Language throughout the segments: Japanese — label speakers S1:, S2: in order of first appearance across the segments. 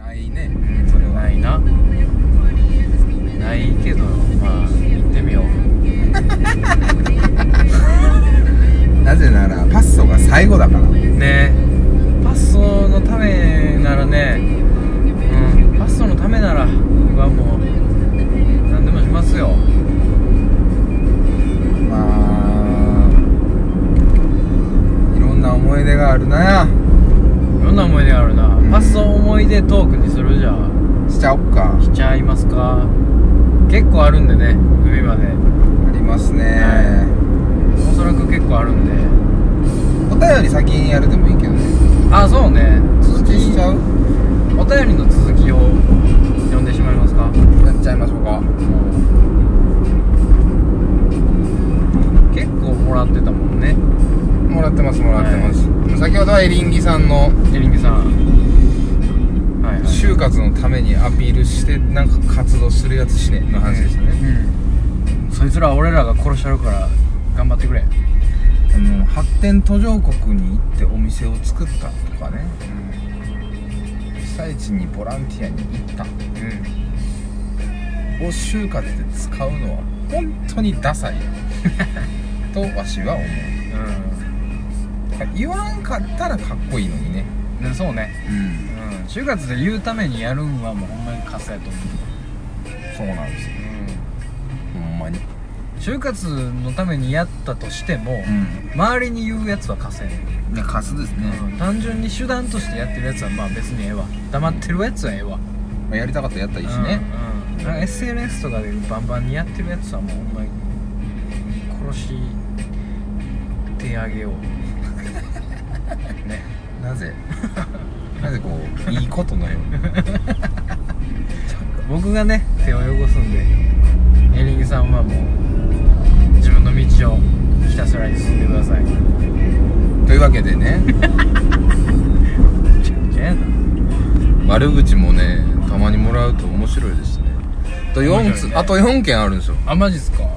S1: ね
S2: それないなないけどまあ行ってみよう
S1: なぜならパッソが最後だから
S2: ねパッソのためならねうんパッソのためなら僕はもう何でもしますよ
S1: まあいろんな思い出があるなや
S2: いろんな思い出があるな、
S1: ん
S2: パッソ思い出トークにするじゃあ
S1: しちゃおっか
S2: しちゃいますか結構あるんでね海まで
S1: ありますね、
S2: はおそらく結構あるんで
S1: お便り先にやるでもいいけどね
S2: あそうね続き
S1: しちゃう
S2: お便りの続きを読んでしまいますか
S1: やっちゃいましょうか
S2: 結構もらってたもんね
S1: もらってますもらってます、先ほどはエリンギさんの
S2: エリンギさんはいはい
S1: 就活のためにアピールしてなんか活動するやつしねの話でしたね、
S2: うんそいつら俺らが殺しちゃうから頑張ってくれ
S1: あの発展途上国に行ってお店を作ったとかね被災地にボランティアに行った
S2: う
S1: を就活で使うのは本当にダサい とわしは思うん
S2: うん
S1: 言わんかったらかっこいいのにね
S2: でそうね
S1: うん
S2: うん就活で言うためにやるんはもうほんまにカスやと思う
S1: そうなんですよほんまに
S2: 就活のためにやったとしても、
S1: ん
S2: 周りに言うやつは貸せん、ね
S1: でカスですね、
S2: ん、単純に手段としてやってるやつはまあ別にええわ黙ってるやつはええわ
S1: まあやりたかったらやったらいいしね、
S2: うんうんなんか SNS とかでバンバンにやってるやつはもうほんまに殺してあげよう ね
S1: なぜ なぜこういいことのように
S2: 僕がね手を汚すんでエリンギさんはもう自分の道をひたすらに進んでください
S1: というわけでね
S2: めちゃくちゃやな
S1: 悪口もねたまにもらうと面白いですねあと4
S2: 面
S1: つ、
S2: 白いね
S1: あと4件あるんですよ
S2: あマジっすかあ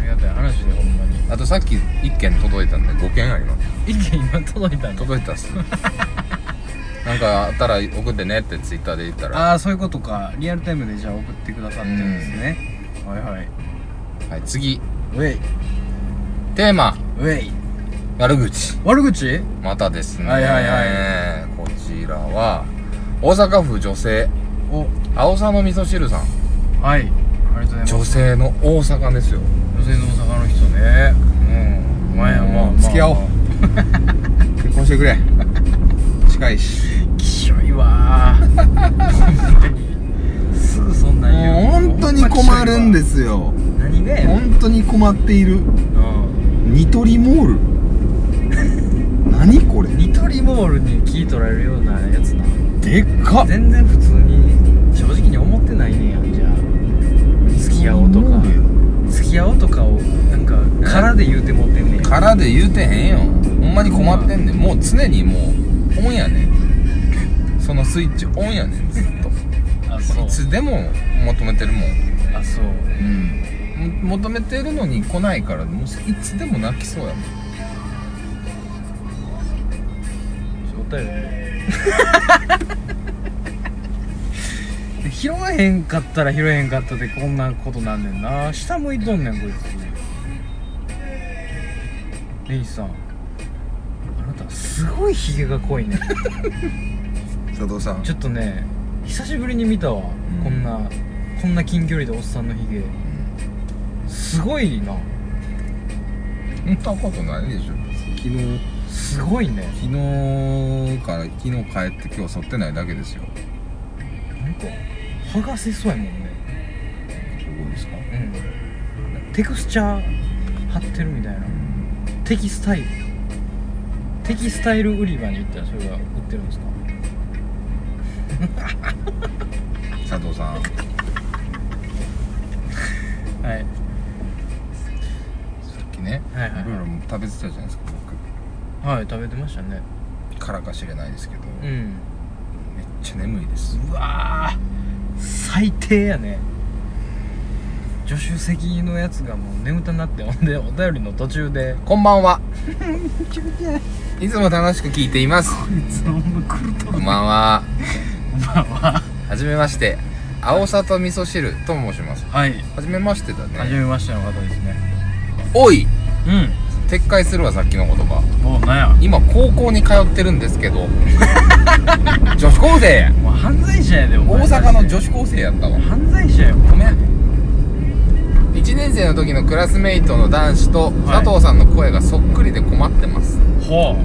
S2: りがたい話でほんまに
S1: あとさっき1件届いたんで5件あります
S2: 意見今届いたの
S1: 届いたっす なんかあったら送ってねってツイッターで言ったら
S2: ああそういうことかリアルタイムでじゃあ送ってくださってるんですねはいはい
S1: はい次
S2: ウェイ
S1: テーマ
S2: ウェイ
S1: 悪口
S2: 悪口
S1: またですね
S2: はいは
S1: は
S2: い
S1: いこちらは大阪府女性
S2: お
S1: 青さの味噌汁さん
S2: はいありがとうございます
S1: 女性の大阪ですよ
S2: 女性の大阪の人ね
S1: うん
S2: お前はまあまあ
S1: 付き合おう結婚してくれ 近いし
S2: きしょいわーほんまにすぐそんなん言う
S1: もう本当に困るんですすよ
S2: 何がやねん
S1: 本当に困っている
S2: うん
S1: ニトリモール 何これ
S2: ニトリモールに聞い取られるようなやつな
S1: でっか
S2: 全然普通に正直に思ってないねやじゃあ付き合おうとか付き合おうとかをなんか空で言うて持ってんねや
S1: からで言うてへんよほんまに困ってんねんもう常にもうオンやねんそのスイッチオンやねんずっと
S2: あそう
S1: いつでも求めてるもん
S2: あそう
S1: うんも求めてるのに来ないからもういつでも泣きそうやもん
S2: お便り 拾えへんかったら拾えへんかったでこんなことなんねんな下向いとんねんこいつレイジさんあなたすごいひげが濃いね
S1: 佐藤さん
S2: ちょっとね久しぶりに見たわ、
S1: ん
S2: こんなこんな近距離でおっさんのひげすごいな
S1: そんなことないでしょ昨日
S2: すごいね
S1: 昨日から昨日帰って今日剃ってないだけですよ
S2: なんか剥がせそうやもんね
S1: すごいですか
S2: うんテクスチャー貼ってるみたいなテキスタイルテキスタイル売り場に行ったらそれが売ってるんですか
S1: 佐藤さん
S2: はい
S1: さっきね
S2: はいはい
S1: いろいろ食べてたじゃないですか
S2: はい食べてましたね
S1: 僕からかしれないですけど、めっ
S2: ん
S1: ちゃ眠いです
S2: うわー最低やね助手席のやつがもう眠たなってほんでお便りの途中で
S1: こんばん はいつも楽しく聞いています
S2: いつも狂っと
S1: こんばんは
S2: まあまあ
S1: はじめまして青里味噌汁と申します
S2: はい
S1: はじめましてだ
S2: はじ
S1: ね
S2: めましての方ですね
S1: おい
S2: うん
S1: 撤回するわさっきの言葉
S2: もうなんや
S1: 今高校に通ってるんですけど 女子高生
S2: もう犯罪者やでお
S1: 大
S2: 前
S1: 阪の女子高生やったわ
S2: 犯罪者よ
S1: ごめん1年生の時のクラスメイトの男子と
S2: はい
S1: 佐藤さんの声がそっくりで困ってます、
S2: ほ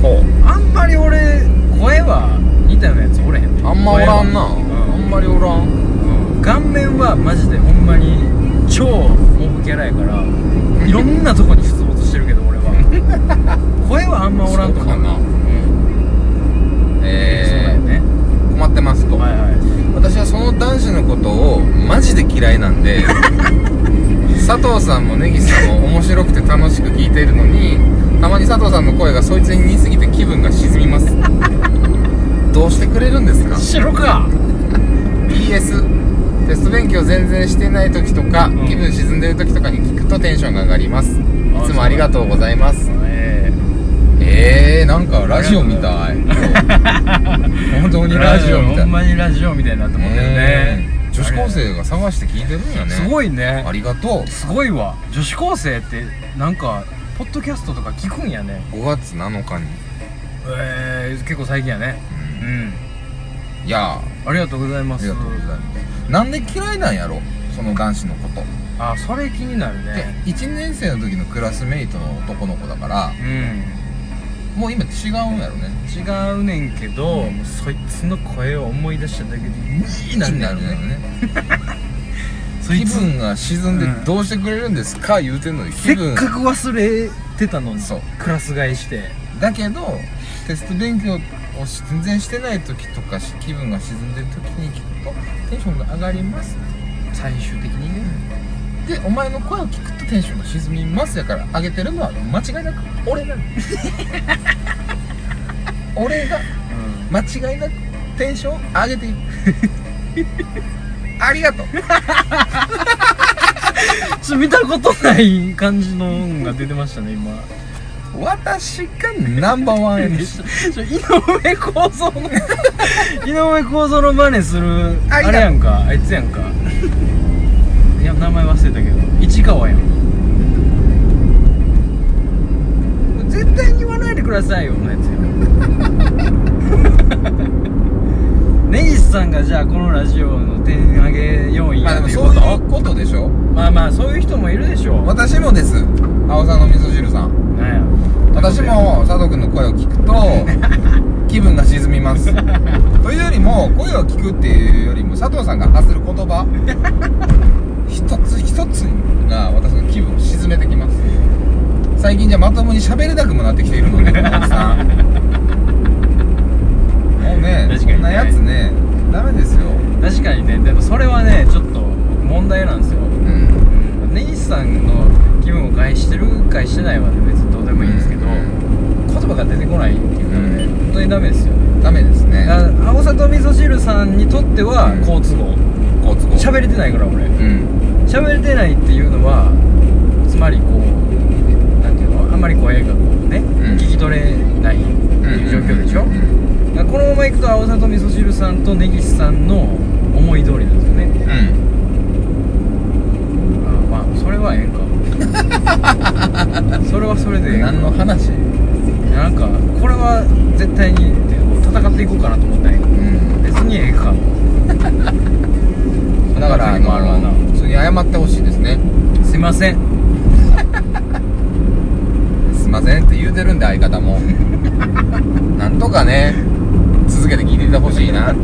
S1: ほう
S2: うあんまり俺声は似たようなやつおれへんね
S1: あんまおらんな、
S2: 声
S1: あ
S2: は
S1: んまりおらん
S2: うん顔面はマジでほんまに超モブキャラや からいろんなとこに出没してるけど俺は 声はあんまおらんと
S1: そうか
S2: 思う
S1: な
S2: そうだ
S1: え
S2: よね
S1: ー困ってますと、
S2: はいはい
S1: 私はその男子のことをマジで嫌いなんで佐藤さんも根岸さんも面白くて楽しく聞いているのにたまに佐藤さんの声がそいつに似すぎて気分が沈みますどうしてくれるんですか
S2: 白か
S1: BS テスト勉強全然してない時とか、
S2: うん
S1: 気分沈んでる時とかに聞くとテンションが上がりますい
S2: あ
S1: つもありがとうございます
S2: え
S1: えー、なんかラジオみたい本当にラジオみた
S2: ほ
S1: い
S2: んまにラジオみたいになって思ってるね
S1: えー女子高生が探して聞いてるんやね
S2: すごいね
S1: ありがとう
S2: すごいわ女子高生ってなんかポッドキャストとか聞くんやね
S1: 5月7日に、
S2: えー、結構最近やねう
S1: うんん、いや
S2: ありがとうございま
S1: ーあり
S2: す
S1: がとうございますなんで嫌いなんやろその男子のこと、
S2: あそれ気になる
S1: で
S2: ね
S1: 1年生の時のクラスメイトの男の子だから
S2: うん
S1: もう今違うんやろね
S2: 違うねんけど、もうそいつの声を思い出しただけで
S1: 気になるんやろね
S2: そい
S1: 気
S2: つ
S1: 分が沈んで
S2: うん
S1: どうしてくれるんですか言うてんのに
S2: せ
S1: 気
S2: っ
S1: 分
S2: かく忘れてたのに
S1: そう
S2: クラス替えして
S1: だけどテスト勉強をし全然してない時とかし気分が沈んでる時に聞くとテンションが上がります
S2: 最終的にね
S1: でお前の声を聞くとテンションが沈みますやから上げてるのは間違いなく俺なの俺が間違いなくテンションを上げている ありがとう
S2: ちょっと見たことない感じの音が出てましたね今
S1: 私がナンバーワン MC
S2: ちょ井上公造の井上公造の真似する
S1: あ
S2: あ
S1: りがとう
S2: れやんかあいつやんかいや名前忘れたけど市川やん絶対に言わないでくださいよのやつやん 根岸さんがじゃあこのラジオの点上げ要員
S1: まあ
S2: や
S1: で
S2: っ
S1: も
S2: ていう
S1: そ
S2: こ
S1: う
S2: と
S1: いうことでしょ
S2: まあまあそういう人もいるでしょう
S1: 私もです青さんの味噌汁さん
S2: なんや
S1: 私も佐藤君の声を聞くと 気分が沈みますというよりも声を聞くっていうよりも佐藤さんが発する言 葉一つ一つが私の気分を沈めてきます最近じゃまともに喋れなくもなってきているのでこ のおじさんもうね
S2: 確か
S1: そん
S2: にね
S1: なやつねダメですよ
S2: 確かにねでもそれはねちょっと問題なんですよ
S1: うん
S2: 根岸さんの気分を害してる害してないはね別にどうでもいいんですけど、
S1: うん
S2: 言葉が出てこないっていうのはね、
S1: うん
S2: 本当にダメですよね
S1: ダメです
S2: だか
S1: ね
S2: ら青里味噌汁さんにとっては
S1: うん
S2: 好都合
S1: 好都合
S2: 喋、れてないから俺
S1: うん
S2: 喋れてないっていうのはつまりこうなんていうのあんまり声がこうね、
S1: ん
S2: 聞き取れないっていう状況でしょ、
S1: うん
S2: だからこのままいくと青里味噌汁さんと根岸さんの思い通りなんですよね
S1: うんうん
S2: あまあそれはええんか それはそれでええんか
S1: 何の話
S2: なんかこれは絶対にって戦っていこうかなと思ったんや
S1: うん
S2: 別に ええか
S1: だからあ
S2: まあまあまあ
S1: の普通に謝ってほしいですね
S2: すいません
S1: すいませんって言うてるんで相方 もなんとかね続けて聞いててほしいなって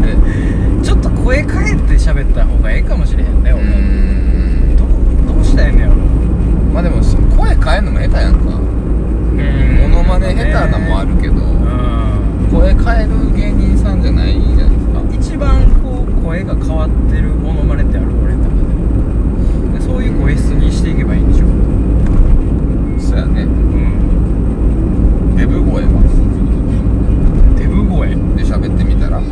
S2: ちょっと声変えて喋った方がええかもしれへんね
S1: う
S2: 俺、
S1: ん
S2: どうどうしたらええんのやろ
S1: まあでもそ声変えるのも下手やんかモ
S2: うん
S1: ノマネ下手なもあるけど
S2: う
S1: 声変える芸人さんじゃないじゃないですか
S2: ん一番こう声が変わってるモノマネってある俺の中ででそういう声質にしていけばいいんでしょ
S1: そうやね
S2: うん
S1: デブ声は
S2: デブ声
S1: で喋ってみたらこ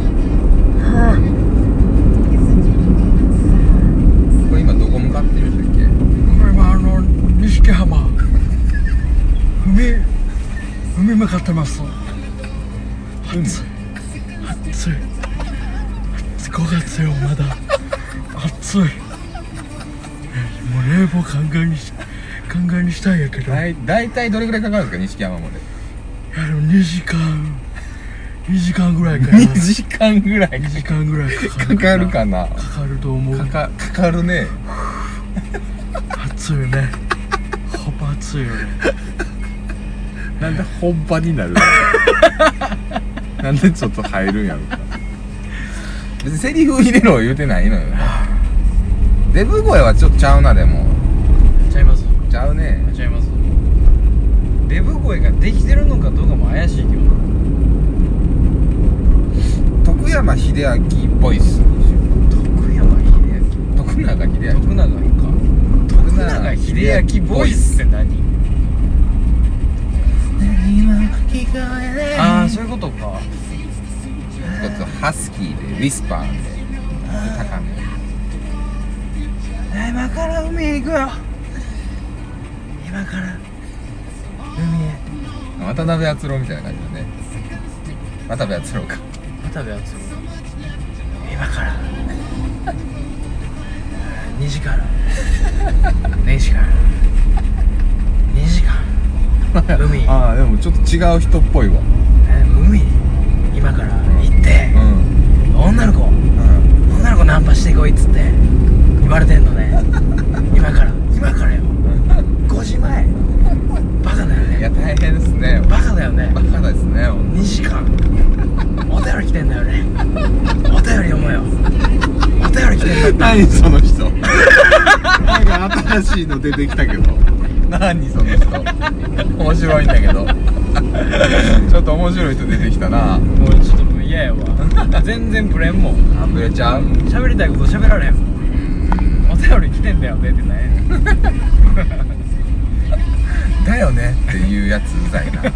S1: れ今どこ向かってるんだっけ
S2: これはあの錦浜海海向かってます暑い暑い暑月5月よまだ暑いもう冷房ガンガンにしガンガンにしたいんやけど、
S1: だ
S2: い、
S1: い大体どれぐらいかかるんですか錦山まで
S2: やでも2時間2時間ぐらいかな
S1: 2時間ぐらい
S2: 2時間ぐらいかか
S1: か
S2: る
S1: かるかな
S2: かかると思う
S1: かかかかるね
S2: 暑いよねほぼ暑いよね
S1: なんで本場にな るなんでちょっと入るんやろか別にセリフ入れろ言うてないのよデブ声はちょっとちゃうなでも
S2: ちゃいます
S1: ちゃうね
S2: ちゃいますデブ声ができてるのかどうかも怪しいけどな
S1: 徳山秀明っぽいっす
S2: 徳山秀明
S1: 徳永秀明
S2: 徳永か徳永英明ボイスって何ああそういうことか
S1: ちょっとハスキーでウィスパーで高め
S2: 今から海へ行くよ今から海へ
S1: 渡辺篤郎みたいな感じだね渡辺篤郎か
S2: 渡部篤郎今から2時から2時から2時間海に
S1: ああでもちょっと違う人っぽいわ
S2: え海に今から行って
S1: うん、
S2: 女の子
S1: うん、
S2: 女の子ナンパしてこいっつって言われてんのね今から今からよ5時前バカだよ
S1: いや
S2: ね
S1: 大変ですね
S2: バカだよね
S1: バカですねほん
S2: 2時間お便り来てんだよねお便り読もうよお便り来てんだよ
S1: 何その人なんか新しいの出てきたけど何その人面白いんだけどちょっと面白い人出てきたな
S2: もうちょっともう嫌やわ全然ブレんもん
S1: あぶれちゃう
S2: 喋りたいこと喋られへんもんお便り来てんだよねってない
S1: だよねっていうやつうざいな、
S2: ちょっ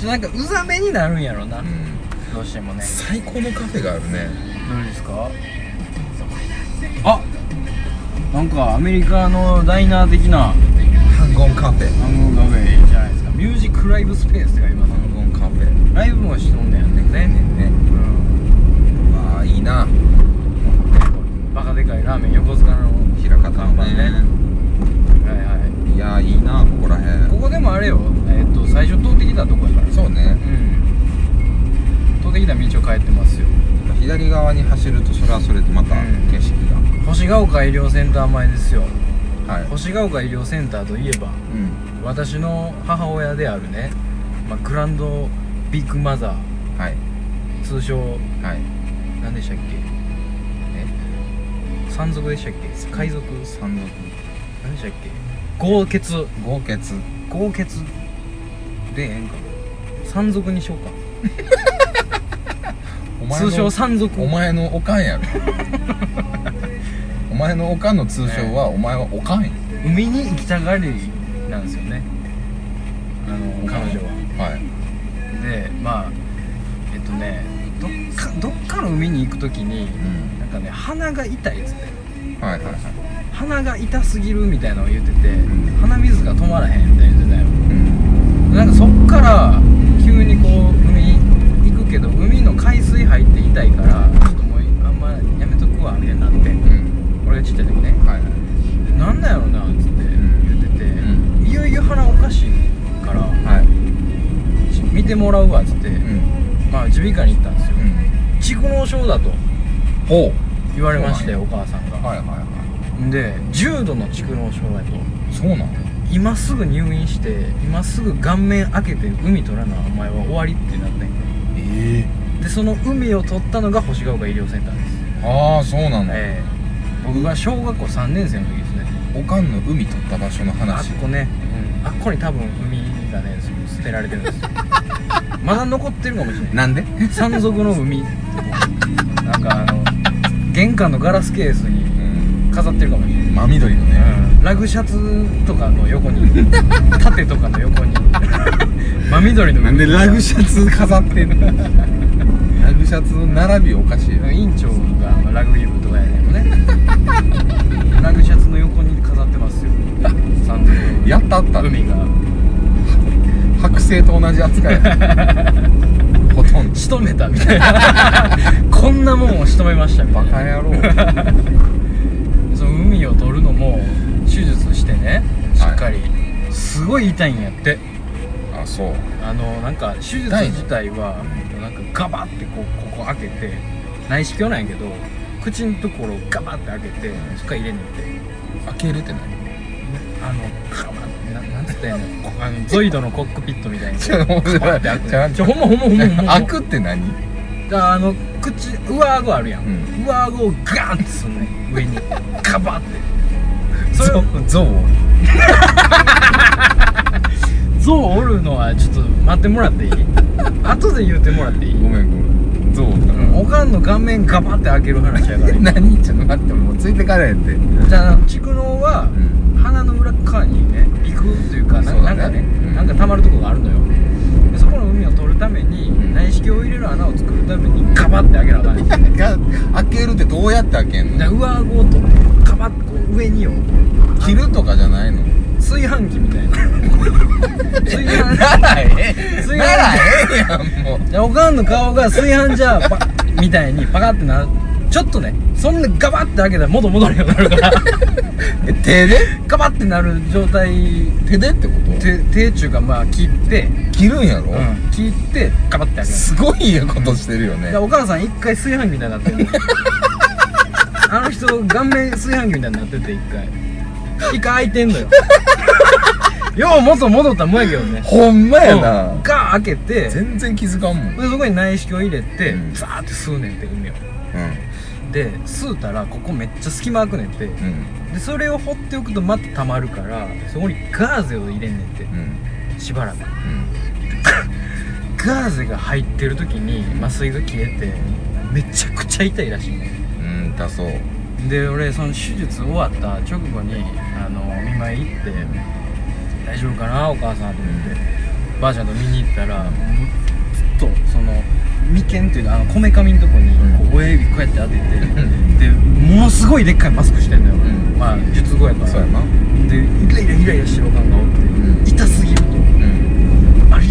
S2: となんかうざめになるんやろな、
S1: うん、
S2: どうしてもね
S1: 最高のカフェがあるね
S2: どうですかあなんかアメリカのダイナー的な
S1: ハンゴンカフェ
S2: あのカフェいいじゃないですかミュージックライブスペースとか今
S1: ハンゴンカフェね
S2: ライブもしとんだよ
S1: ね
S2: ね
S1: ね
S2: うん
S1: ああいいな
S2: バカでかいラーメン横塚の
S1: 平方のね
S2: はいはい
S1: いやいいなここらへん
S2: ここでもあれよえっ、と最初通ってきたとこやから
S1: そうね
S2: うん通ってきた道を帰ってますよ
S1: 左側に走るとそれはそれでまた
S2: うん
S1: 景色
S2: 星ヶ丘医療センター前ですよ
S1: がはい
S2: 星ヶ丘医療センターといえば
S1: うん
S2: 私の母親であるね、まあ、グランドビッグマザー
S1: はい
S2: 通称
S1: はい
S2: 何でしたっけ山賊でしたっけ海賊
S1: 山賊
S2: 何でしたっけ豪傑
S1: 豪傑
S2: 豪傑でええんか山賊にしようか
S1: お前の
S2: 通称山賊
S1: お前のおかん やろお前のおかんの通称は、お前はおかんや
S2: 海に行きたがりなんですよねあの彼女は
S1: はい
S2: でまあえっとねどっかどっかの海に行く時に
S1: うん
S2: なんかね鼻が痛いっつって
S1: はいはいはい
S2: 鼻が痛すぎるみたいなのを言ってて、
S1: ん
S2: 鼻水が止まらへんみたいな言ってたよ
S1: うん
S2: なんかそっから急にこう海行くけど海の海水入って痛いからちょっともうあんまやめとくわみたいになって
S1: うん
S2: 俺がちっちゃい時ね
S1: はいはい
S2: なんだよなっつって言ってて、
S1: う
S2: いよいよ鼻おかしいから
S1: はい
S2: 見てもらうわっつって、
S1: うん
S2: まあ耳鼻科に行ったんですよ
S1: うん
S2: 蓄膿症だと
S1: ほ
S2: 言われまして
S1: そ
S2: お母さん
S1: う
S2: が
S1: はいはいは
S2: で重度の蓄膿症だと
S1: いそうなの
S2: 今すぐ入院して今すぐ顔面開けて海取らなお前は終わりってなって
S1: え
S2: でその海を取ったのが星ヶ丘医療センターです、
S1: えああそうなんだ、
S2: ええ僕が小学校3年生の時ですね
S1: おかんの海取った場所の
S2: あ
S1: 話
S2: そこね、あっこに多分海がね捨てられてるんです よまだ残ってるかもしれない
S1: なんで
S2: 山賊の海なんかあの玄関のガラスケース
S1: う
S2: に
S1: ん
S2: 飾ってるかもしれ
S1: 真緑の
S2: な
S1: ね、
S2: い、ラグシャツとかの横に縦とかの横 に真緑の海
S1: シャツ飾ってんのラグシャツの並びおかしいよ
S2: 委員長がまあラグビー部とかやねんもね ラグシャツの横に飾ってますよ山賊の海
S1: やったあった
S2: 海が
S1: 剥製と同じ扱いやほとんど
S2: 仕留めたみたいな こんなもんを仕留めましたみた
S1: バ
S2: いな
S1: カ野郎
S2: その海を取るのも手術してねしっかり、すごい痛いんやって
S1: あそう
S2: あのなんか手術
S1: 痛いの
S2: 自体はなんかガバってこうここ開けて内視鏡なんやけど口のところをガバって開けてそっから入れんねんて
S1: 開けるって何
S2: あのガバってななんつったらいいのあのゾイドのコックピットみたいに
S1: ちょっと面白いじゃあ
S2: ちょほんまほんまほんまほんま
S1: 開くって何
S2: だあの口上顎あるやん、
S1: う
S2: 上顎をガンってすんねん 上にガバってそれ
S1: ゾゾウ
S2: ゾウおるのはちょっと待ってもらって いい後で言うてもらっていい、
S1: ごめんごめんゾウだ
S2: おかんの顔面ガバって開ける話やから今
S1: 何ちょっと待ってもうついてかれへんって
S2: じゃあ蓄能は
S1: ん
S2: 鼻の裏側にね行くというかな
S1: そうだね
S2: なんかね、
S1: うん
S2: なんか溜まるとこがあるのよでそこの海を取るために、
S1: ん
S2: 内視鏡を入れる穴を作るためにガバって開けなあかんねん
S1: が開けるってどうやって開けん
S2: だから
S1: の
S2: 上顎を取ってガバッとこう上によ
S1: 切るとかじゃないの
S2: 炊飯器みたいな 炊飯
S1: ならええ
S2: 炊飯器
S1: ならええやんもう
S2: でおかんの顔が炊飯ジャーパみたいにパカってなるちょっとねそんなガバって開けたら元戻るようにな るから
S1: え手で
S2: ガバってなる状態
S1: 手でってこ
S2: 手手中がまあ切って、
S1: と切るんやろ、
S2: 切ってガバって開け
S1: すごいことしてるよね
S2: るでお母さん一回炊飯器みたいになって るあの人顔面炊飯器みたいになってて一回一回開いてんのよよう元戻ったもんやけどね
S1: ほんまや
S2: うん
S1: な
S2: ガー開けて
S1: 全然気づかんもん、うん、
S2: でそこに内視鏡入れて、
S1: うん
S2: ザーって吸うねんって海をで吸うたらここめっちゃ隙間空くねんて
S1: うん
S2: でそれを放っておくとまた溜まるからそこにガーゼを入れんねんて
S1: うんうん
S2: しばらく ガーゼが入ってる時に麻酔が消えてめちゃくちゃ痛いらしいね
S1: うんだそう
S2: で俺その手術終わった直後にあのお見舞い行って大丈夫かなお母さんと思ってばあちゃんと見に行ったらもうずっとその眉間っていうかあのこめかみのとこに
S1: うん
S2: こう親指こうやって当てて、
S1: ん
S2: でものすごいでっかいマスクしてんだよ、俺
S1: うん
S2: まあ術後やから
S1: そうやな
S2: でイライライライラしてるおかんがおって、
S1: ん
S2: 痛すぎると
S1: うん
S2: あり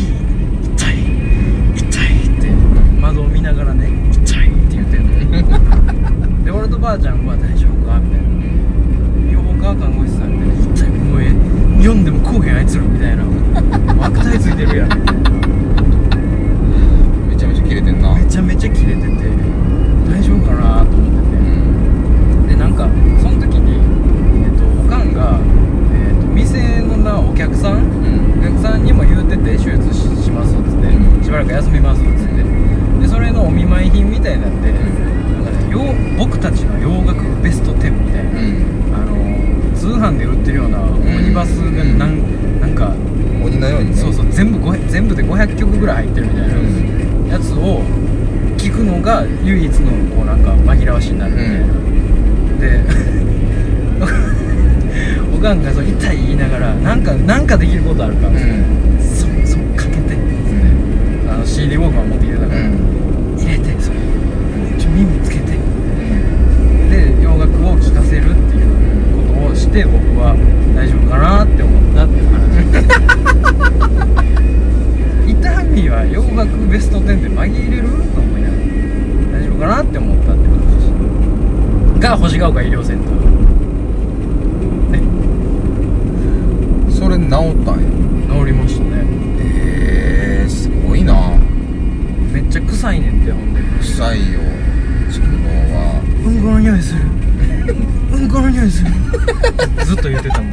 S2: 痛い痛いって窓を見ながらね痛いって言ってんので俺とばあちゃんは大丈夫かみたいな予防科看護師さんみたいな痛いもうええ読んでもこうへんあいつらみたいな悪態ついてるやん
S1: めちゃめちゃ切れてんな
S2: めちゃめちゃキレてて大丈夫かなと思ってて、
S1: うん
S2: でなんかその時に、えっとおかんが、えっと店のなお客さん
S1: うん
S2: お客さんにも言うてて手術ししますっつって、
S1: うん
S2: しばらく休みますっつって、でそれのお見舞い品みたいなんで、
S1: ん
S2: なんかねよう僕たちの洋楽ベスト10みたいな、
S1: うん
S2: あのー通販で売ってるようなオニバスがなん,、なんか
S1: 鬼のようにね
S2: そうそう全部ごへ全部で500曲ぐらい入ってるみたいな
S1: うん
S2: やつを聞くのが唯一のこうなんか紛らわしになるみたいな、で おかんがそう痛い言いながらなんかなんかできることあるか
S1: う
S2: ら、
S1: ん
S2: そそかけて
S1: うん
S2: あの CD ウォークマン持ってきてた
S1: う
S2: から、
S1: ん
S2: 入れてそれちょ耳つけてで洋楽を聴かせるっていうことをして僕は大丈夫かなって思ったっていう話痛みは洋楽ベスト10で紛れると思いながら大丈夫かなって思ったって話が星ヶ丘医療センター
S1: それ治ったんや
S2: 治りましたね
S1: えー、すごいな
S2: めっちゃ臭いねんってほんで
S1: 臭いよ蓄能は
S2: うんこの匂いするうんこの匂いするずっと言ってたもん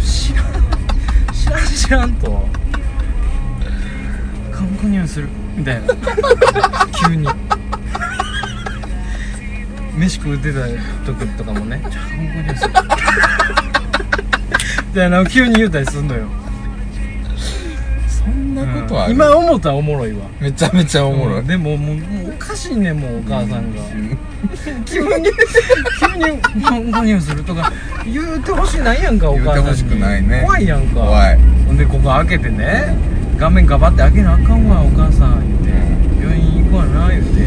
S2: 知らん知らん知らんとかんこ匂いするみたいな急に飯食うてた時とかもね「ちょかんこ匂いする」みたいなのを急に言うたりすんのよ
S1: そんなことあ
S2: う
S1: る、
S2: ん今思ったらおもろいわ
S1: めちゃめちゃおもろい、
S2: うんでももうもうおかしいねもうお母さんが。
S1: うん
S2: 急に急に何何をするとか言うてほしないやんかお母さ
S1: 言う
S2: んに
S1: てほしくないね
S2: 怖いやんか
S1: 怖い
S2: ほんでここ開けてね画面ガバって開けなあかんわお母さん言うて病院行くわな言うて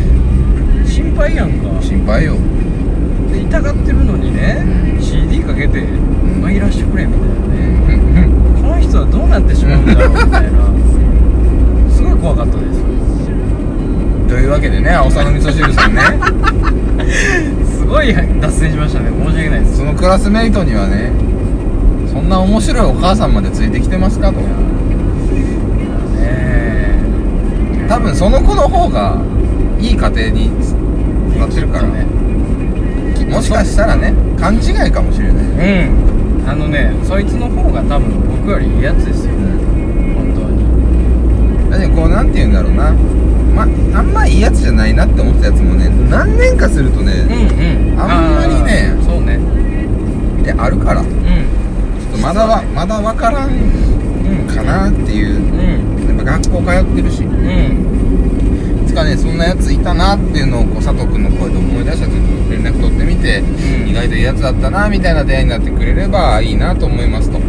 S2: 心配やんか
S1: 心配よ
S2: で痛がってるのにね
S1: う
S2: CD かけて紛らわしてくれみたいな
S1: う
S2: ね
S1: ん
S2: この人はどうなってしまうんだろうみたいなすごい怖かったです
S1: というわけでね青さんの味噌汁さん ね
S2: すごい脱線しましたね申し訳ないです
S1: そのクラスメイトにはねそんな面白いお母さんまでついてきてますかと
S2: ええ
S1: 多分その子の方がいい家庭になってるからねもしかしたらね勘違いかもしれない
S2: うんあのねそいつの方が多分僕よりいいやつですよ本当に
S1: だってこうなんて言うんだろうなまあんまいいやつじゃないなって思ったやつもね何年かするとね
S2: うんうん
S1: あんまりね
S2: あーそうね
S1: ってあるからちょ
S2: う
S1: っとまだわまだ分からん
S2: んうん
S1: かなっていう
S2: う
S1: や
S2: ん
S1: っぱ学校通ってるし
S2: うん
S1: いつかねそんなやついたなっていうのをこう佐藤君の声で思い出した時に連絡取ってみて、
S2: うん
S1: 意外といいやつだったなみたいな出会いになってくれればいいなと思いますと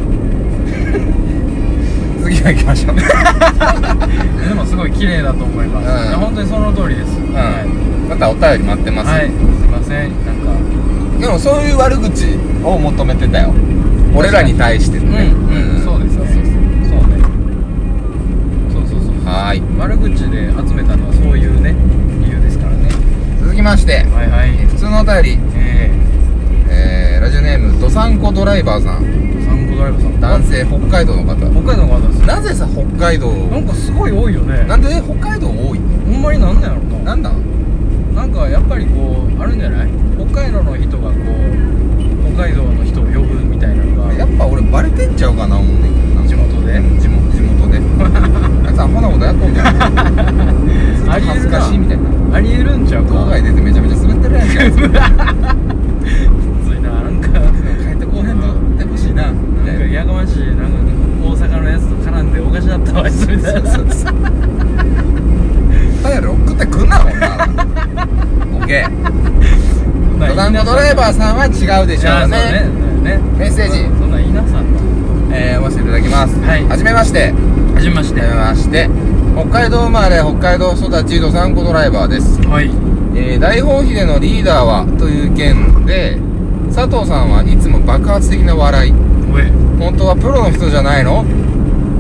S1: 次は行きまし ょう
S2: でもすごい綺麗だと思います、
S1: うん
S2: いや本当にその通りです、
S1: うん
S2: は
S1: またお便り待ってます、
S2: い、はい、すいませんなんか
S1: でもそういう悪口を求めてたよ俺らに対して
S2: うん
S1: ね
S2: うん、そうですそうですそうねそうそうそう
S1: はーい
S2: 悪口で集めたのはそういうね理由ですからね
S1: 続きまして
S2: はいはい
S1: 普通のお便り、
S2: え
S1: えー、ラジオネームどさんこドライバーさん
S2: えサンゴドライバーさん
S1: 男性北海道の方
S2: 北海道の方です
S1: なぜさ北海道
S2: なんかすごい多いよね
S1: なんで北海道多い
S2: ほんまになんなんやろな
S1: なんだ
S2: なんかやっぱりこうあるんじゃない北海道の人がこう北海道の人を呼ぶみたいなのが
S1: やっぱ俺バレてんちゃうかな思うねんけどな
S2: 地元で
S1: 地元地元で あいつアホなことやっとん じゃんずっと恥ずかしいみたいな
S2: ありえるんちゃうか
S1: 郊外出てめちゃめちゃ滑ってるやんけあいつ帰
S2: きついななんか
S1: ってこうへんとってほしいなみ
S2: な
S1: た
S2: んか
S1: いな
S2: やがましいなんか大阪のやつと絡んでおかしなったわあいつみたいな
S1: そうそうそうタイヤ送ってくんなほんなオッケードランコドライバーさんは違うでしょう
S2: いや
S1: ね
S2: そうねね
S1: メッセージ
S2: そんそんなん言いなさんな
S1: えー、お寄せていただきます
S2: はい
S1: はじめまして
S2: はじめまし
S1: はじめまして北海道生まれ北海道育ちドサンコドライバーです
S2: はい
S1: えー大本秀のリーダーはという件で佐藤さんはいつも爆発的な笑い
S2: 上
S1: 本当はプロの人じゃないの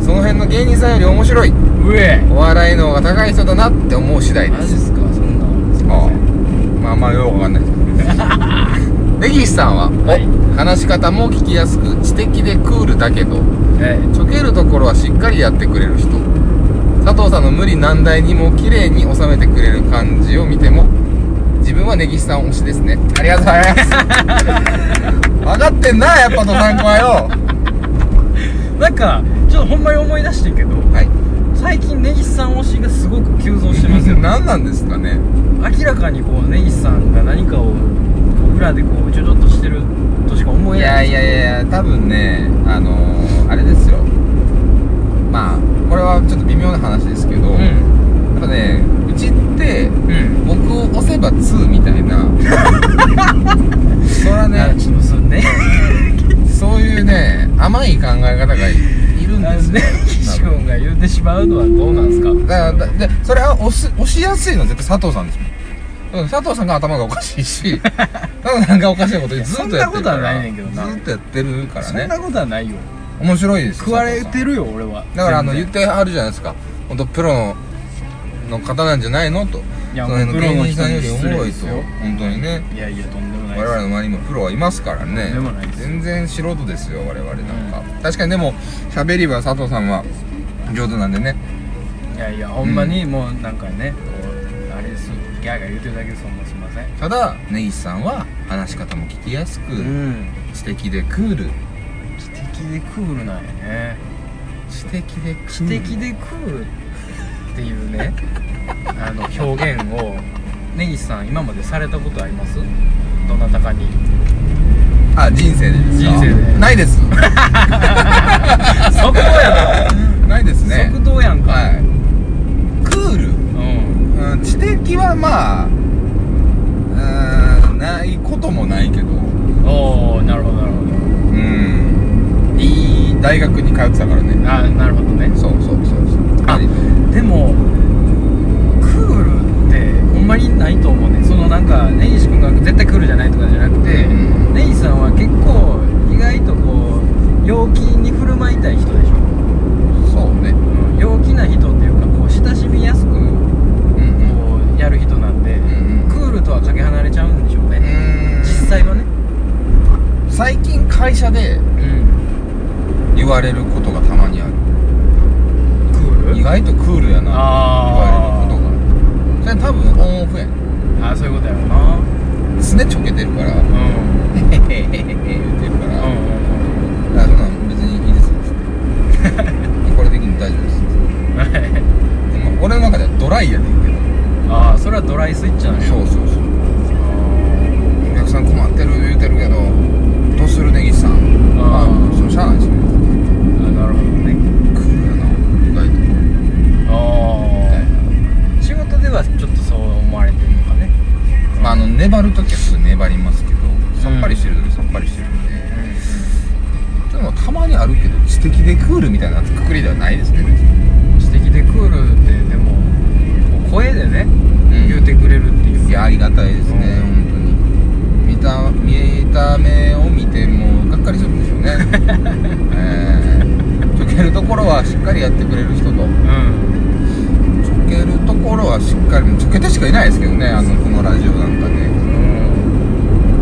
S1: その辺の芸人さんより面白い
S2: 上
S1: お笑い能が高い人だなって思う次第で
S2: マ
S1: す
S2: ジっすかそんなんすい
S1: あ
S2: ま
S1: あ
S2: せん
S1: まああんまりよくわかんないです 根岸さんは、お
S2: はい
S1: 話し方も聞きやすく知的でクールだけど
S2: ええ
S1: ちょけるところはしっかりやってくれる人佐藤さんの無理難題にも綺麗に収めてくれる感じを見ても自分は根岸さん推しですねありがとうございます 分かってんなやっぱ登山家はよ
S2: なんかちょっとほんまに思い出してんけど
S1: はい
S2: 最近根岸さん推しがすごく急増してますよ
S1: 何なんですかね
S2: 明らかにこう根岸さんが何かを裏でこうちょちょっとしてるとしか思
S1: い
S2: えな
S1: や
S2: い
S1: いやいやいや多分ねあのー、あれですよまあこれはちょっと微妙な話ですけど、
S2: う
S1: や
S2: ん
S1: っぱねうちって
S2: うん
S1: 僕を押せば2みたい なそらね
S2: あちょっとそれね
S1: そういうね、甘い考え方がいるんです
S2: 根
S1: ね。
S2: 岸君が言ってしまうのはどうなんですか
S1: だから、だで、それは押す、押しやすいのは絶対佐藤さんですもん。だから佐藤さんが頭がおかしい し、ただなんかおかしいことずっとやってるから。
S2: そんなことはないねんけどな
S1: ずっとやってるから
S2: そん
S1: ね
S2: な。ことはないよ
S1: 面白いですよ。
S2: 食われ
S1: 佐藤
S2: てるよ俺は
S1: さんだから、あの、言
S2: 全
S1: っ
S2: 然
S1: てはるじゃないですか。本当プロの、の方なんじゃないのと。
S2: いや
S1: その辺の
S2: もうプロ
S1: 芸
S2: の
S1: 人
S2: 人
S1: さん
S2: に
S1: よりおもろいと
S2: 失礼ですよ。
S1: 本当にね。
S2: いやいやとんでもない
S1: 我
S2: です
S1: 々の周りにもプロはいますからね
S2: でもないです
S1: 全然素人ですよ我々なんか、確かにでも喋りは佐藤さんは上手なんでね
S2: いやいやほんまにもうなんかね、こうあれですギャーギャー言ってるだけですほんますいません
S1: ただ根岸さんは話し方も聞きやすく、
S2: ん
S1: 知的でクール
S2: 知的でクールなんやね
S1: 知的でクール
S2: 知的でクールってい うねあの表現を根岸さん今までされたことありますどなたか に
S1: あ人生でですか
S2: 人生で
S1: ないです
S2: 即答や
S1: ないです
S2: な、
S1: ね
S2: 即答やんか、
S1: はいクール、
S2: うん
S1: うん、知的はまあうーんないこともないけど
S2: おおなるほどなるほど
S1: うんいい大学に通ってたからね
S2: あなるほどね
S1: そうそうそうそう
S2: あでもクールってほんまにないと思うねそのなんか根岸君が絶対クールじゃないとかじゃなくて、
S1: うん
S2: 根岸さんは結構意外とこう陽気に振る舞いたい人でしょ、
S1: そうね
S2: うん陽気な人っていうかこう親しみやすくこ
S1: うんうん
S2: う
S1: 会社で
S2: うん
S1: 言われることがたまにある
S2: クー
S1: 意
S2: ル
S1: 外とクールやな
S2: あー
S1: って言われることがそれ多分オンオフやね
S2: ああそういうことやろな
S1: すねちょけてるから
S2: うんうん
S1: 「へへへへへ」言ってるか
S2: う
S1: ら、
S2: ん
S1: あそんなん別にいいですよ これ的に大丈夫です
S2: うん
S1: でも俺の中ではドライやねんけど
S2: ああそれはドライスイッチなんや
S1: そうそうそうお客さん困ってる言うてるけどどうする根岸さん
S2: あー
S1: あそのしゃあないですね
S2: あーなるほどね
S1: クールやな意外
S2: ああ仕事ではちょっとそう思われてるのかね
S1: とまああの粘る時はすぐ粘りますけどさっぱりしてる時さっぱりしてるんで、でもたまにあるけど知的でクールみたいなくくりではないですけど
S2: 知的でクールってでももう声でね、言うてくれるっていう
S1: いやありがたいですね、
S2: うん
S1: 本当に見た見た目を見てもがっかりするんでしょうね えーちょけるところはしっかりやってくれる人とち
S2: うん
S1: ょけるところはしっかりちょけてしかいないですけどねあのこのラジオなんかね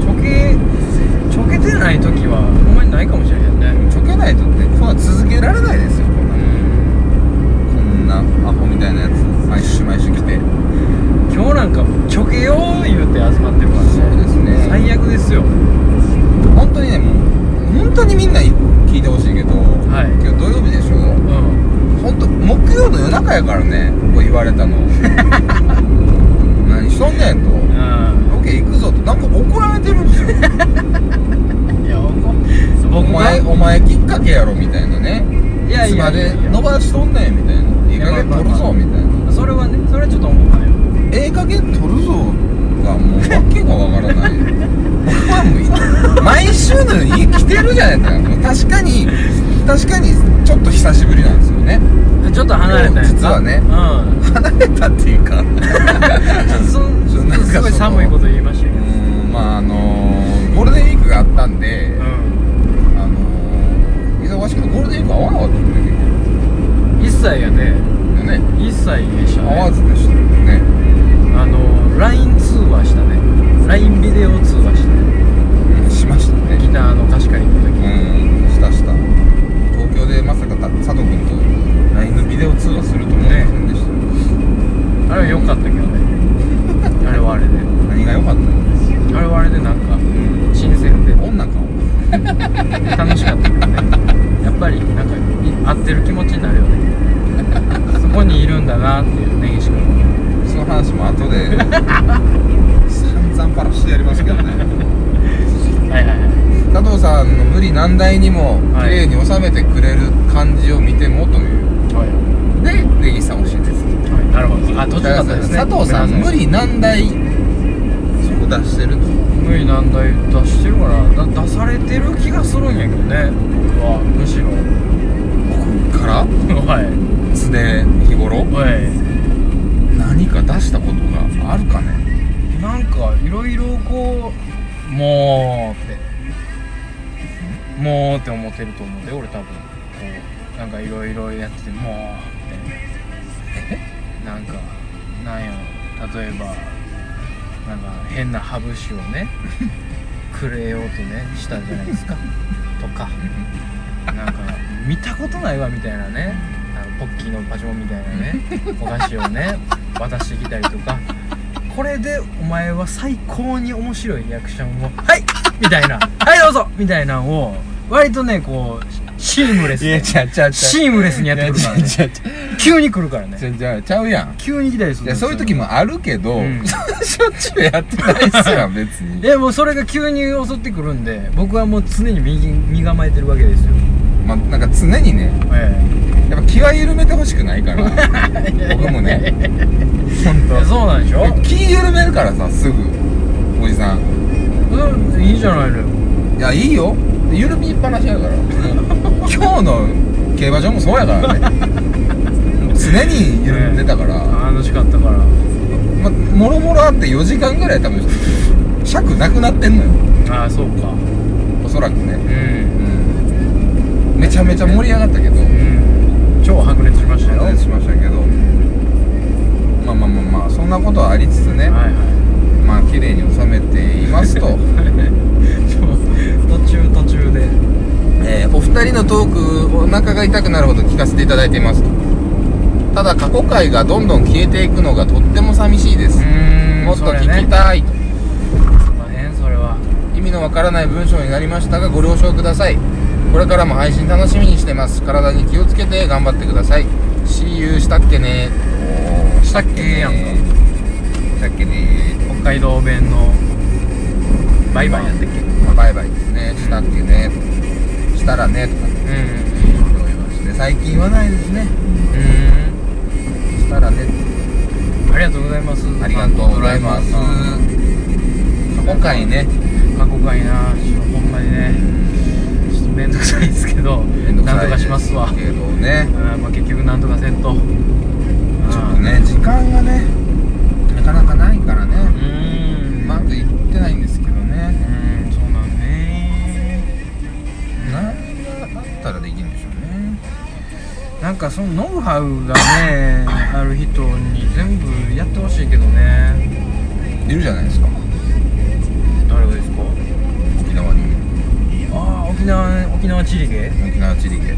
S2: ちょけちょけてない時はほんまにないかもしれへんね
S1: ちょけないとってこんな続けられないですよこんなこんなアホみたいなやつ毎週毎週来て
S2: 今日なんかちょけよう言うて集まってるからね
S1: そうですね
S2: 最悪ですよ
S1: 本当にねもう本当にみんな聞いてほしいけど、
S2: い
S1: 今日土曜日でしょ
S2: うん
S1: 本当木曜の夜中やからねこう言われたの 何しとんねんと
S2: うん
S1: ロケ行くぞとなんか怒られてるんですよ
S2: いや僕
S1: お
S2: 僕が
S1: 前お前きっかけやろみたいなね
S2: いやいやいやいや
S1: つまで伸ばしとんねんみたいないい加減取るぞみたいな
S2: それはねそれはちょっと思ったよ
S1: ええ加減取るぞがもう訳がわから ない僕はもうい毎週のように来てるじゃないですか確かに確かにちょっと久しぶりなんですよ ね
S2: ちょっと離れたやつ
S1: 実はね
S2: う ん
S1: 離れたっていうか
S2: ちょっとそん
S1: そうなんかその
S2: すごい寒いこと言いました
S1: う
S2: けど
S1: ーんまああのーゴールデンウィークがあったんで、
S2: う
S1: あのー、忙しくてゴールデンウィーク合わなかったんだ
S2: ん一切やね
S1: けどね
S2: 一切でした
S1: 合
S2: ね
S1: わずでしたよね
S2: あの LINE 通話したね LINE ビデオ通話したね
S1: うんしました
S2: ギ
S1: ね
S2: ターの貸し借りの時
S1: うーんしたした東京でまさかた佐藤君と LINE のビデオ通話すると思いませんでした、
S2: あれは良かったけどね あれはあれで
S1: 何が良かったの
S2: あれはあれでなんか新鮮で
S1: 女か
S2: 楽しかったけどねやっぱりなんかい合ってる気持ちになるよねそこにいるんだなっていう根岸君
S1: その話も後で散々パラしてやりますけどね
S2: はいはいはい
S1: 佐藤さんの無理難題にも
S2: は
S1: 綺麗
S2: い
S1: に収めてくれる感じを見てもという
S2: は
S1: で根岸さん教えてです
S2: い、はい、なるほどあ途中だったですね
S1: 佐藤さん
S2: ごめな
S1: 無
S2: い
S1: 理難題そこ出してる
S2: 無理難題出してるからだ出されてる気がするんやけどね僕はむしろ
S1: 僕から
S2: はい
S1: 常日頃
S2: は
S1: 何か出したことがあるかね
S2: いなんかいろいろこうもうってもうって思ってると思うんで俺多分こうなんかいろいろやっててもうってなんかなんやろ例えばなんか変な歯ブシをね くれようとねしたじゃないですかとかなんか見たことないわみたいなねあのポッキーのパチモンみたいなねお菓子 をね渡してきたりとかこれでお前は最高に面白いリアクションを「はい!」みたいな「はいどうぞ!」みたいなのを割とねこうシームレスで
S1: ゃちゃ
S2: シームレスにやってくるからね
S1: ちゃち
S2: 急に来るからね
S1: ゃちゃちゃうやん
S2: 急に来たりす
S1: い
S2: るんで
S1: や
S2: すよ
S1: そういう時もあるけど、
S2: うん
S1: しょっちゅうやってないっすやん別に
S2: でもうそれが急に襲ってくるんで僕はもう常に身身構えてるわけですよ
S1: まあなんか常にね
S2: え
S1: やっぱ気は緩めてほしくないから 僕もね
S2: え
S1: 本
S2: そうなんでしょ
S1: 当気緩めるからさすぐおじさん
S2: うんいいじゃないのよ
S1: いやいいよ緩みっぱなしや から今日の競馬場もそうやからね常に緩んでたから、
S2: 楽しかったから
S1: ま、もろもろあって4時間ぐらい多分尺なくなってんのよ
S2: ああそうか
S1: おそらくね
S2: うん
S1: めちゃめちゃ盛り上がったけど
S2: うん超白熱しましたよ
S1: 話しましたけどまあまあまあまあそんなことはありつつね、
S2: はいは
S1: まあ綺麗に収めていますと
S2: いちょ途中途中で
S1: かせていただいていますただ過去回がどんどん消えていくのがとっても寂しいです
S2: ーん
S1: もっと
S2: それ
S1: 聞
S2: ね
S1: きたいと、
S2: 大変それは
S1: 意味のわからない文章になりましたがご了承くださいこれからも配信楽しみにしてます体に気をつけて頑張ってください See you したっけね
S2: したっけやんか
S1: したっけね
S2: 北海道弁のバイバイやったっけ
S1: バイバイですねしたっけねしたらねとかって
S2: う
S1: 思いまして最近言わないですね
S2: んうん
S1: したらね
S2: ありがとうございます
S1: ありがとうございます今回ね
S2: 過去回なほんまにねちょっと面倒くさいですけど
S1: 面倒く
S2: なん
S1: さ
S2: と
S1: い
S2: か
S1: です
S2: しますわ
S1: けどね
S2: あーまあ結局なんとかせんとちょっ
S1: ちょっとね時間がねなかなかないから
S2: う
S1: ね
S2: ー
S1: うんまくいってないんですけど
S2: う
S1: ね
S2: ーんそうなんね
S1: 何があったらできるんでしょうね
S2: なんかそのノウハウがねある人に全部やってほしいけどね
S1: いるじゃないですか
S2: 誰がですか
S1: 沖縄に
S2: ああ沖縄沖縄チリゲ
S1: 沖縄チリゲ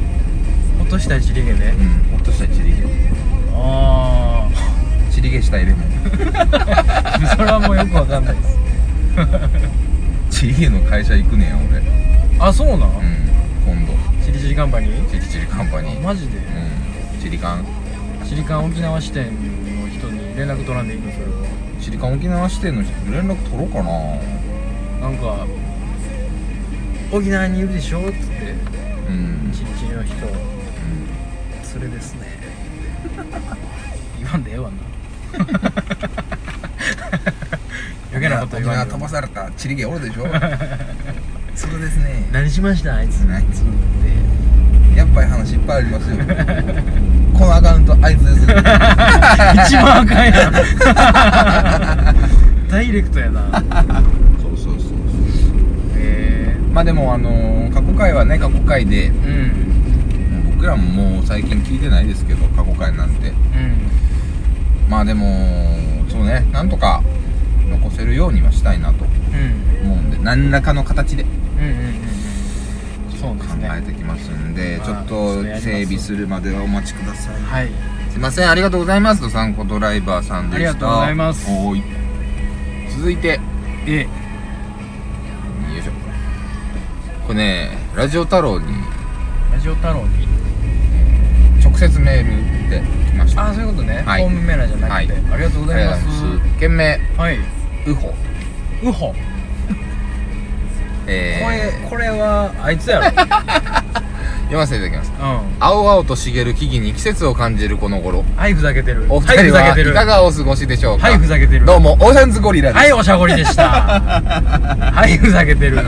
S2: 落としたチリゲね
S1: うん落としたチリゲ
S2: あ
S1: チリゲしたいレモン
S2: あ それはもうよくわかんないです
S1: チリゲの会社行くねんや俺うん
S2: あそうなん
S1: 今度
S2: チリチリカンパニー
S1: チリチリカンパニー
S2: マジで
S1: うんチリカン
S2: チリカン沖縄支店の人に連絡取らんでいいのそれは
S1: チリカン沖縄支店の人と連絡取ろうかな
S2: なんか沖縄にいるでしょっつって
S1: うん
S2: チリチリの人
S1: うん
S2: それですね言わんでええわな余計なこと言わん
S1: 沖縄
S2: でええ
S1: 飛ば
S2: わ
S1: されたチリゲおるでし ょそれですね
S2: 何しましたあいつ
S1: あいつ
S2: って
S1: やっぱり話いっぱいありますよこのアカウントあいつです
S2: 一番あかんやんダイレクトやな
S1: そうそうそう
S2: へ
S1: まあでもあのー過去回はね過去回で
S2: えうん
S1: 僕らももう最近聞いてないですけど過去回なんて
S2: うん
S1: まあでもそうねなんとか残せるようにはしたいなと
S2: うん
S1: 思うんで何らかの形で
S2: うんうんうんうんそうで
S1: 考
S2: すね
S1: えてきますんで
S2: まあ
S1: ちょっ
S2: そ
S1: と
S2: れやります
S1: 整備するまではお待ちください
S2: はい
S1: すいませんありがとうございますとサンコドライバーさんでした
S2: ありがとうございます
S1: おーい続いてよ
S2: え
S1: いしょこれねラジオ太郎に
S2: ラジオ太郎に
S1: 直接メールで来ました
S2: ああそういうことね、
S1: はい
S2: ホームメーラーじゃなくて、
S1: はい
S2: ありがとうご
S1: あ
S2: ざ
S1: り
S2: い
S1: が
S2: ま
S1: とうござい
S2: す
S1: ます件名
S2: はい
S1: ウホ
S2: ウホ
S1: え
S2: これ
S1: ー、
S2: これはあいつやろ
S1: 読ませていただきます
S2: うん
S1: 青々と茂る木々に季節を感じるこの頃
S2: はいふざけてる
S1: お二
S2: はい
S1: 人
S2: ふざ
S1: は
S2: けて
S1: い
S2: る
S1: かがお過ごしでしょうか
S2: はいふざけてる
S1: どうもオーシャンズゴリラです
S2: はいおしゃごりでした はいふざけてる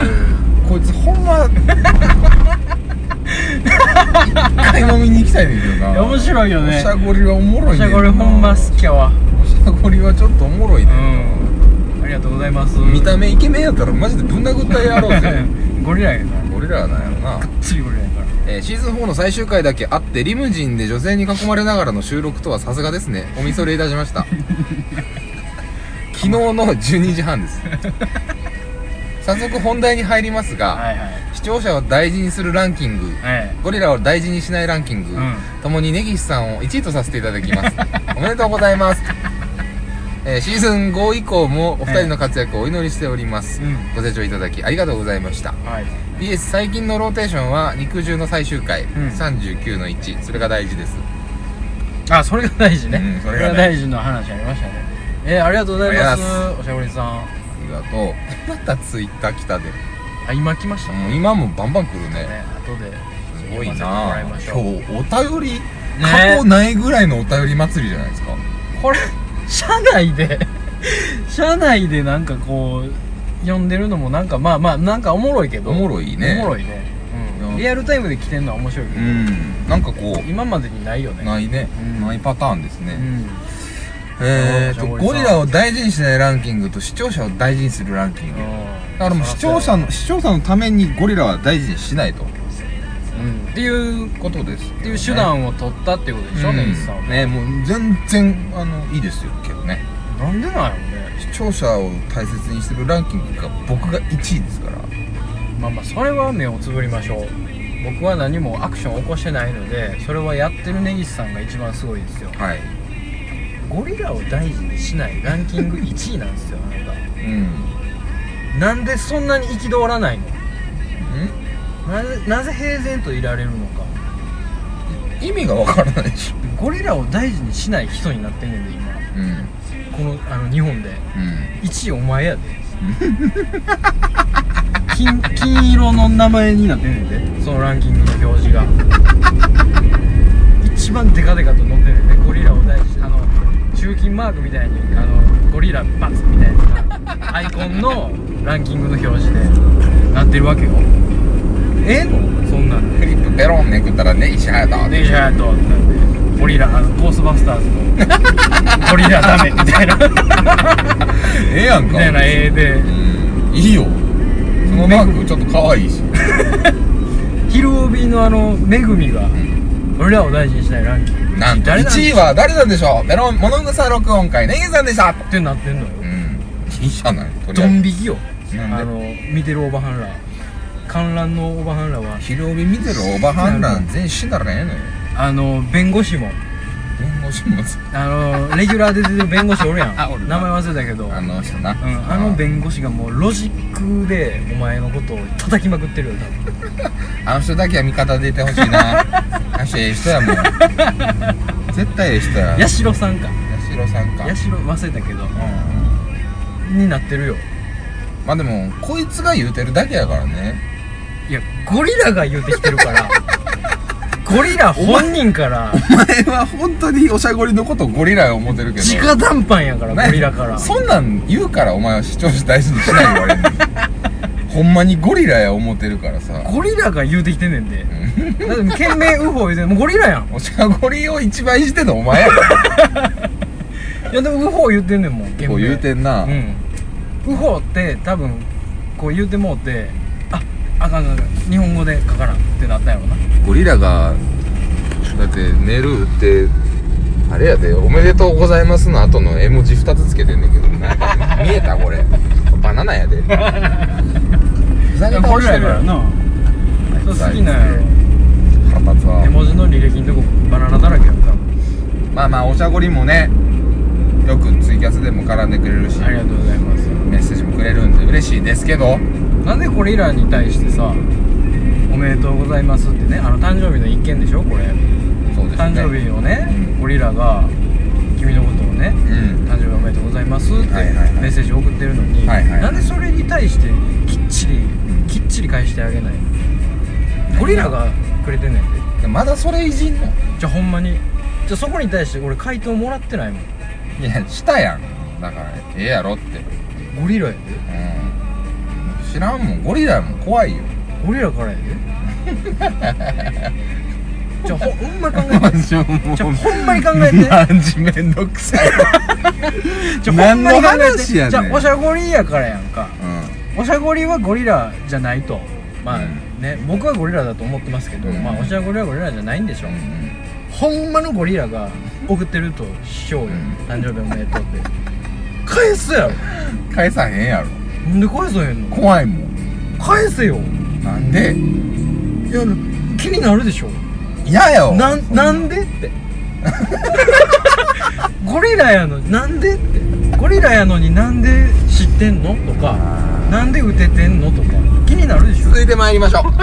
S1: こいつほんま 一回飲みに行きたいねんけど
S2: い
S1: な
S2: や面白いよね
S1: おしゃごりはおもろ
S2: お
S1: い
S2: し
S1: ね
S2: ゃ
S1: んな
S2: ごりほんま好きやわ
S1: おしゃごりはちょっとおもろいうね、
S2: んありがとうございます
S1: 見た目イケメンやったらマジでぶん殴ったやろうぜ
S2: ゴリラやな
S1: 俺らはなんやろな、
S2: 釣りゴリラやから
S1: えーシーズン4の最終回だけあってリムジンで女性に囲まれながらの収録とはさすがですねおみそれいたしました昨日の12時半です早速本題に入りますが、
S2: はいはい
S1: 視聴者を大事にするランキング、
S2: え
S1: ゴリラを大事にしないランキング、
S2: うん
S1: ともに根岸さんを1位とさせていただきます おめでとうございます、えーシーズン5以降もお二人の活躍をお祈りしております、
S2: うん
S1: ご清聴いただきありがとうございました
S2: えはい
S1: BS 最近のローテーションは肉汁の最終回、
S2: ん
S1: 39の1それが大事です
S2: あそれが大事ね、
S1: うんそ
S2: そ
S1: れ
S2: れ
S1: が
S2: が大事の話ありましたねえー、ありがとうござい
S1: あ
S2: ま
S1: り
S2: す
S1: がとうござ
S2: おしゃごりさん
S1: ありがとうまたツイッター来たで
S2: あ今来ました
S1: もう今もバンバン来るね
S2: ね後です
S1: ごい
S2: 読ま
S1: な
S2: せてもらいま
S1: 今
S2: し
S1: 日
S2: ょう
S1: お便り、過去ないぐらいのお便り祭りじゃないですか
S2: これ社内で 社内でなんかこう呼んでるのもなんかまあまあなんかおもろいけど
S1: おもろいね
S2: おもろいね、う
S1: うん
S2: ん、リアルタイムで来てんのは面白いけ
S1: う
S2: ど、
S1: んなんかこう
S2: 今までにないよね
S1: ないね、
S2: うん
S1: ないパターンです
S2: う
S1: ね、
S2: ん
S1: えーと
S2: おーじゃあ
S1: ゴリラを大事にしないランキングと視聴者を大事にするランキングだからもう視聴者
S2: の、
S1: の視聴者のためにゴリラは大事にしないと
S2: うん、っていうっ
S1: ことですけどね、
S2: ていう手段を取ったってことでしょ、
S1: うん
S2: 根岸さんは
S1: ねもう全然あのいいですよけどね
S2: なんでなんやろね
S1: 視聴者を大切にするランキングが僕が1位ですから
S2: まあまあそれは目をつぶりましょう僕は何もアクション起こしてないのでそれはやってる根岸さんが一番すごいですよ
S1: はい
S2: ゴリラを大事にしないランキング1位なんですよあな
S1: うん
S2: たなんでそんなに憤らないのなぜなぜ平然といられるのか
S1: ん意味がわからないでしょ
S2: ゴリラを大事にしない人になってんねんで
S1: う
S2: 今
S1: んうん
S2: このあの日本で1位お前 やで金金色の名前になってんねんでそのランキングの表示が一番デカデカと乗ってんねんでゴリラを大事あの中金マークみたいにあのゴリラバツみたいなアイコンのランキングの表示でなってるわけよええのそんなん
S1: ク
S2: で
S1: リップペロンめくったらね石早田
S2: で
S1: で
S2: シャートってなってゴリラあのゴーストバスターズのゴリラダメみたい な
S1: ええやん
S2: み
S1: か
S2: たいな絵で
S1: うんいいよそのマークちょっと可愛いし
S2: 昼帯のあのめぐみが俺らを大事にしないランキング
S1: なんと
S2: 誰なんで
S1: 1位は誰なんでしょうメロン物草録音会ネギさんでした
S2: ってなってんのよ
S1: うんいいじゃないとり
S2: ド
S1: あえず
S2: ン引きよ
S1: なんで
S2: あの見てるオバハンら観覧のオバハンらは
S1: 昼帯見てるオーバーハンラン全員死んだらええのよ
S2: あの弁護士も
S1: 弁護士も
S2: あのレギュラーで出てる弁護士おるやん
S1: あおるな
S2: 名前忘れたけど
S1: あの人な、
S2: うん、あの弁護士がもうロジックでお前のことを叩きまくってるよ多分
S1: あの人だけは味方でいてほしいな あの人ええ人やもん絶対ええ人や
S2: 八代さんか
S1: 八代さんか
S2: 八代忘れたけど
S1: うん
S2: になってるよ
S1: まあでもこいつが言うてるだけやからね
S2: いやゴリラが言うてきてるから ゴリラ本人から
S1: お前は本当におしゃごりのことをゴリラや思ってるけど
S2: 直談判やから
S1: ね
S2: ゴリラから
S1: そんなん言うからお前は視聴者大事にしない言われん ねんほんまにゴリラや思ってるからさ
S2: ゴリラが言うてきてんねんで
S1: うん
S2: だって懸命ウホ言うてもうゴリラやん
S1: おしゃごりを一番いじってんのお前やから
S2: いやでもウホ言うてんねんもん懸
S1: こう
S2: 命
S1: 言うてんな、
S2: うんウホって多分こう言うてもうてああかんあかん日本語で書からんってなったんやろな
S1: ゴリラがだって寝るってあれやで「おめでとうございます」の後の絵文字2つつけてんねんけどなんか見えたこれバナナやでふざけ倒してるやん
S2: なそう好きなんやろ
S1: 腹立つわ
S2: 絵文字の履歴のとこバナナだらけやん多分
S1: まあまあおしゃごりもねよくツイキャスでも絡んでくれるし
S2: ありがとうございます
S1: メッセージもくれるんで嬉しいですけど
S2: なんでゴリラに対してさ「おめでとうございます」ってねあの誕生日の一件でしょこれ
S1: そうですね
S2: 誕生日をね
S1: うん
S2: ゴリラが君のことをね
S1: うん
S2: 誕生日おめでとうございますってメ
S1: はいはいはい
S2: ッセージを送ってるのに、
S1: はいはい
S2: なんでそれに対してきっちりきっちり返してあげないのゴリラがくれてんねんで
S1: でまだそれいじんの
S2: じゃあほんまにじゃあそこに対して俺回答もらってないもん
S1: いやしたやんだからええやろって
S2: ゴリラやで
S1: うん知らんもんゴリラも怖 いよ
S2: ゴリラからや でじゃあほほんま考えてじゃあほんまに考えて
S1: 何時めんどくさい
S2: じゃあほんま
S1: 何の
S2: に考えて
S1: 話やねん
S2: じゃあおしゃごりやからやんかおしゃごりはゴリラじゃないとまあ
S1: うん
S2: ね、僕はゴリラだと思ってますけど、
S1: うん
S2: まあおしゃごりはゴリラじゃないんでしょ、ほんまのゴリラが送ってるとしようよ、
S1: うん
S2: 誕生日おめでとうって返すやろ
S1: うん返さへんやろ
S2: なんで返さへんの
S1: 怖いもん
S2: 返せよ
S1: なんで
S2: いや気になるでしょ
S1: 嫌よ
S2: なんなんでって ゴリラやのになんでってゴリラやのになんで知ってんのとか
S1: あー
S2: なんで打ててんのとか気になるでしょ
S1: 続いてまいりましょう